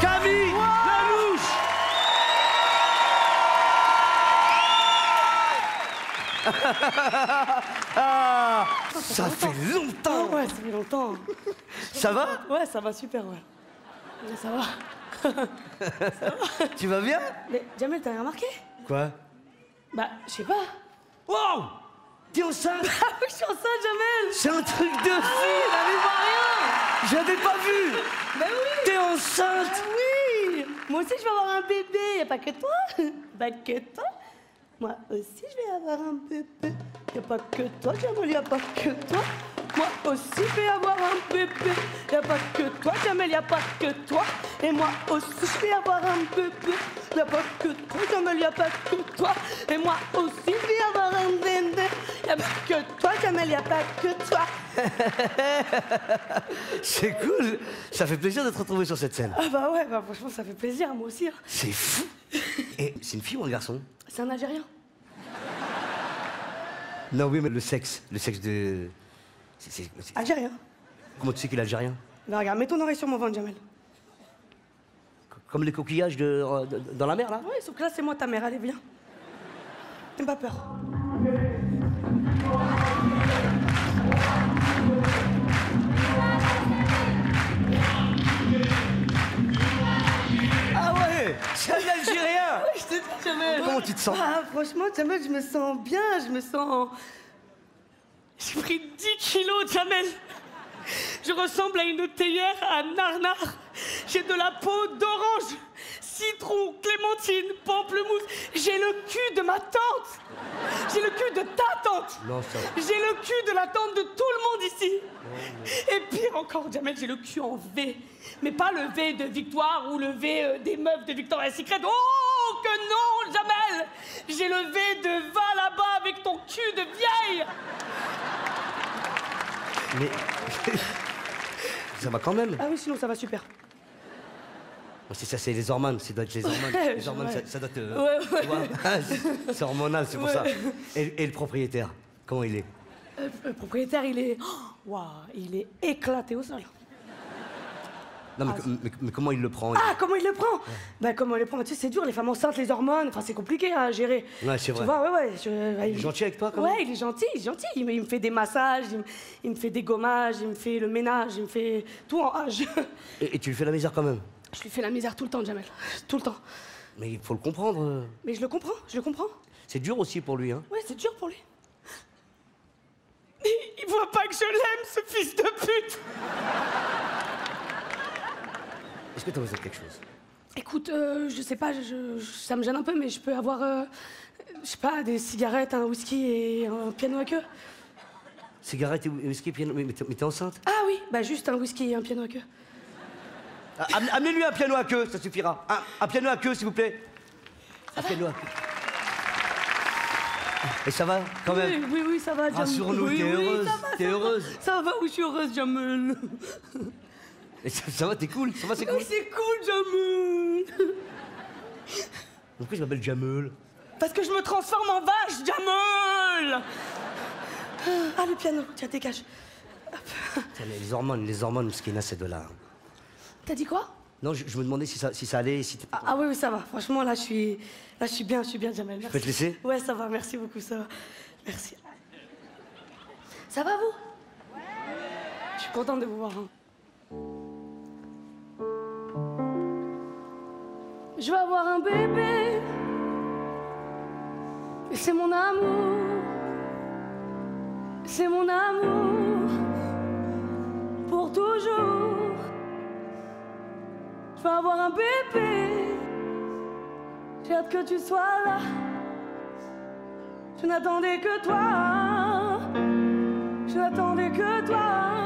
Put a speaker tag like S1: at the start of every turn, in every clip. S1: Camille Lalouche Ah, Ça fait
S2: Ah
S1: longtemps
S2: ouais, ça fait longtemps. hein.
S1: Ça va
S2: Ouais, ça va super, ouais. Ouais, Ça va.
S1: Tu vas bien
S2: Mais Jamel, t'as rien remarqué
S1: Quoi
S2: Bah, je sais pas.
S1: Wow T'es enceinte
S2: Ah oui, je suis enceinte, Jamel
S1: C'est un truc de fou
S2: Oui, bah, mais pas
S1: J'avais pas vu
S2: rien Bah oui
S1: T'es
S2: Ah
S1: enceinte
S2: oui Moi aussi, je vais avoir un bébé. Y a pas que toi. Pas que toi. Moi aussi, je vais avoir un bébé. Y a pas que toi, Jamel, y a pas que toi. Moi aussi, je vais avoir un bébé. Y a pas que toi, Jamel, y a pas que toi. Et moi aussi, je vais avoir un bébé. Y a pas que toi, Jamel, y a pas que toi. Et moi aussi, je vais avoir un bébé. Y a pas que toi, Jamel, y a pas que toi.
S1: C'est cool Ça fait plaisir de te retrouver sur cette scène.
S2: Ah bah ouais, bah franchement, ça fait plaisir, moi aussi. hein.
S1: C'est fou Et c'est une fille ou un garçon
S2: C'est un Algérien.
S1: Non oui mais le sexe. Le sexe de. c'est- c'est- c'est-
S2: Algérien
S1: Comment tu sais qu'il est algérien
S2: Bah regarde, mets ton oreille sur mon ventre, Jamel.
S1: Comme les coquillages de, de- dans la mer là
S2: Oui, sauf que là, c'est moi ta mère, allez, viens. T'aimes pas peur.
S1: Ah ouais C'est un Algérien
S2: Je te dis, Jamel.
S1: Comment tu te sens
S2: Ah, franchement, Jamel, je me sens bien, je me sens. J'ai pris 10 kilos, Jamel. Je ressemble à une théière à Narnar. J'ai de la peau d'orange, citron, clémentine, pamplemousse. J'ai le cul de ma tante. J'ai le cul de ta tante.
S1: Non, ça va.
S2: J'ai le cul de la tante de tout le monde ici. Et pire encore, Jamel, j'ai le cul en V. Mais pas le V de Victoire ou le V euh, des meufs de Victoria's Secret. Oh, que non, Jamel J'ai le V de va là-bas avec ton cul de vieille.
S1: Mais. ça va quand même.
S2: Ah oui, sinon ça va super.
S1: C'est ça, c'est les hormones, ça doit être les hormones.
S2: Ouais,
S1: les hormones, ça, ça doit te.
S2: Ouais, ouais.
S1: tu vois, hein, c'est- c'est hormonal, c'est pour
S2: Ouais.
S1: ça. Et, et le propriétaire, comment il est
S2: le propriétaire, il est. oh, Waouh, il est éclaté au sol.
S1: Non, mais, mais- mais comment il le prend
S2: Ah, comment il le prend Bah, comment il le prend Bah, Tu sais, c'est dur, les femmes enceintes, les hormones, enfin, c'est compliqué à gérer.
S1: Ouais, c'est vrai.
S2: Tu vois, ouais, ouais. je- bah,
S1: est gentil avec toi, quand
S2: Ouais,
S1: même
S2: il est gentil, il est gentil. Il, me- il me fait des massages, il me, il me fait des gommages, il me fait le ménage, il me fait tout en âge.
S1: et, et tu lui fais la misère quand même.
S2: Je lui fais la misère tout le temps, Jamel. Tout le temps.
S1: Mais il faut le comprendre. euh.
S2: Mais je le comprends, je le comprends.
S1: C'est dur aussi pour lui, hein.
S2: Ouais, c'est dur pour lui. Il voit pas que je l'aime, ce fils de pute
S1: Est-ce que t'as besoin de quelque chose
S2: Écoute, euh, je sais pas, je- je- ça me gêne un peu, mais je peux avoir, euh, je sais pas, des cigarettes, un whisky et un piano à queue.
S1: Cigarette et whisky, piano. Mais mais t'es mais t'es enceinte
S2: Ah oui, bah juste un whisky et un piano à queue.
S1: Ah, am- Amenez-lui un piano à queue, ça suffira. Un, un piano à queue, s'il vous plaît. un piano à queue. Et ça va quand même
S2: Oui, oui, oui, ça va, Jamel.
S1: Rassure-nous,
S2: oui,
S1: t'es
S2: oui, ça
S1: heureuse,
S2: va, ça
S1: t'es
S2: va.
S1: heureuse.
S2: Ça va, oui, je suis heureuse, Jamel.
S1: Et ça, ça va, t'es cool, ça va, Oh, c'est cool.
S2: Oui, c'est cool, Jamel.
S1: Pourquoi je m'appelle Jamel
S2: Parce que je me transforme en vache, Jamel. Ah, le piano, tiens, dégage.
S1: Putain, mais Les hormones, les hormones, Mskina, c'est de là.
S2: T'as dit quoi
S1: Non, je, je me demandais si ça, si ça allait, si t'es-
S2: ah, ah oui, oui, ça va. Franchement, là, je suis, là, je suis bien, je suis bien, Jamel. Merci.
S1: peux te laisser
S2: Ouais, ça va, merci beaucoup, ça va. Merci. Ça va, vous Je suis contente de vous voir. hein. Je vais avoir un bébé. Et C'est mon amour. C'est mon amour. Pour toujours. Je vais avoir un bébé. J'ai hâte que tu sois là. Je n'attendais que toi. Je n'attendais que toi.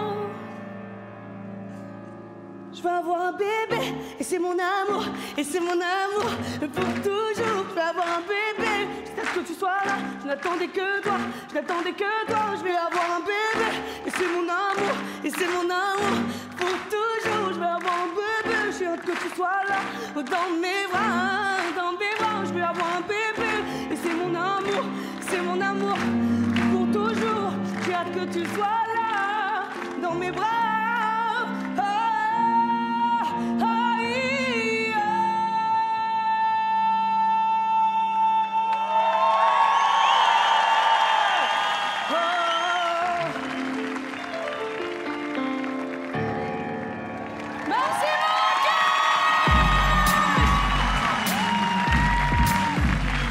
S2: Je veux avoir un bébé, et c'est mon amour, et c'est mon amour pour toujours. Je veux avoir un bébé, jusqu'à ce que tu sois là. Je n'attendais que toi, je n'attendais que toi. Je vais avoir un bébé, et c'est mon amour, et c'est mon amour pour toujours. Je veux avoir un bébé, j'ai hâte que tu sois là, dans mes bras, dans mes bras. Je veux avoir un bébé, et c'est mon amour, c'est mon amour pour toujours. J'ai hâte que tu sois là, dans mes bras. Ah, ah, hi, ah. Merci Marc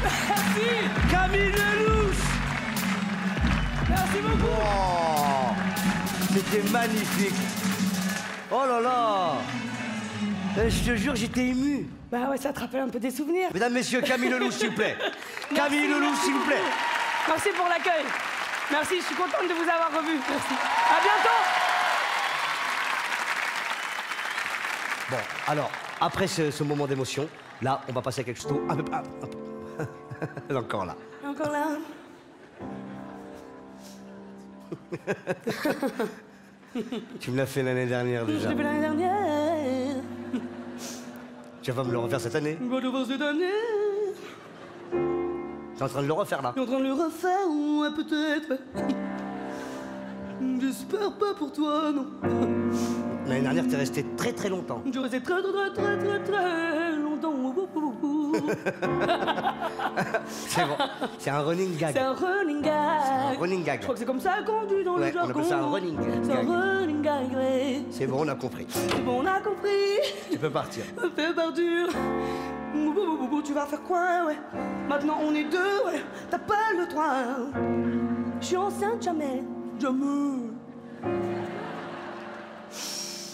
S2: Merci
S1: Camille Lelouch
S2: Merci beaucoup
S1: Oh, C'était magnifique Oh là là Eh, Je te jure, j'étais ému
S2: Bah ouais, ça te rappelle un peu des souvenirs.
S1: Mesdames, messieurs, Camille Lelouch, s'il vous plaît
S2: Merci,
S1: Camille Lelouch,
S2: merci
S1: s'il vous plaît
S2: beaucoup. Merci pour l'accueil. Merci, je suis contente de vous avoir revu. Merci. À bientôt.
S1: Bon, alors, après ce, ce moment d'émotion, là, on va passer à quelque chose de... un peu- un- un peu- Encore là.
S2: Encore là.
S1: Tu me l'as fait l'année dernière
S2: Je
S1: déjà.
S2: l'ai fait l'année dernière.
S1: Tu vas pas me le refaire cette année
S2: Une bonne avance de donner.
S1: T'es en train de le refaire là
S2: Je suis en train de le refaire, ouais, peut-être. J'espère pas pour toi, non.
S1: L'année dernière, t'es resté très très longtemps.
S2: Je restais très, très, très, très, très longtemps.
S1: C'est bon. C'est un running gag.
S2: C'est un running gag.
S1: un running gag.
S2: Je crois que c'est comme ça qu'on dit dans
S1: Ouais,
S2: le
S1: on
S2: jargon.
S1: appelle ça un running
S2: C'est
S1: gag.
S2: un running gag, ouais.
S1: C'est bon, on a compris.
S2: Bon, on a compris.
S1: Tu peux partir.
S2: Un peu bordure. Bou, bou, bou, bou, bou, tu vas faire quoi, ouais. Maintenant on est deux, ouais. T'as pas le droit. Je suis enceinte, jamais. Jamais.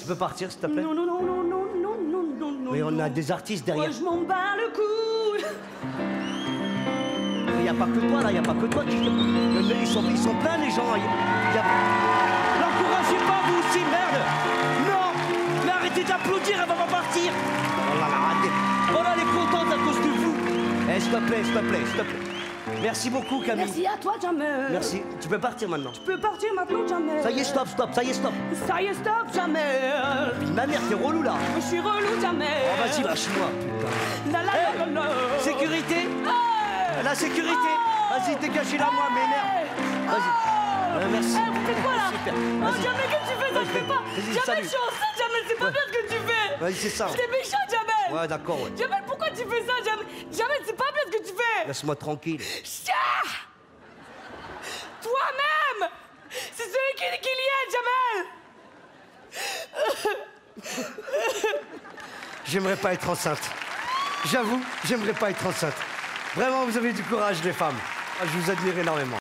S1: Tu peux partir, s'il te plaît
S2: Non, non, non, non, non, non, non, non, non.
S1: Mais on a
S2: non.
S1: des artistes
S2: Moi,
S1: derrière.
S2: je m'en bats le cou.
S1: Il n'y a pas que toi là, il n'y a pas que toi qui te. Le- le- Ils sont, ils sont pleins les gens. il y a- il y a- L'encouragez pas vous aussi, merde Non Mais arrêtez d'applaudir, elle va pas partir Oh là là, arrêtez Voilà, elle est contente à cause de vous Eh, s'il te plaît, s'il te plaît, s'il te plaît. Merci beaucoup, Camille.
S2: Merci à toi, jamais.
S1: Merci. Tu peux partir maintenant.
S2: Je peux partir maintenant, jamais.
S1: Ça y est, stop, stop, ça y est, stop.
S2: Ça y est, stop, jamais.
S1: Ma mère, t'es relou là.
S2: Je suis relou, jamais.
S1: Oh, vas-y, lâche-moi, putain.
S2: La, la, la, la, la.
S1: Sécurité
S2: Hey.
S1: La sécurité Vas-y, dégagez-la, moi, mes nerfs. Vas-y. Euh, merci.
S2: Eh, vous faites quoi là
S1: Super.
S2: Oh,
S1: Vas-y.
S2: jamais que tu fais ça, je fais pas.
S1: Vas-y,
S2: Jamais
S1: salut.
S2: je suis enceinte, jamais c'est pas bien ce que tu fais.
S1: Vas-y, c'est ça.
S2: C'est méchant, jamais.
S1: Ouais, d'accord, ouais.
S2: Jamais, pourquoi tu fais ça, jamais Jamais c'est pas bien ce que tu fais.
S1: Laisse-moi tranquille.
S2: Chia Toi-même C'est celui qui, hein, qui l'y est, Jamel
S1: J'aimerais pas être enceinte. J'avoue, j'aimerais pas être enceinte. Vraiment, vous avez du courage, les femmes. Ah, Je vous admire énormément.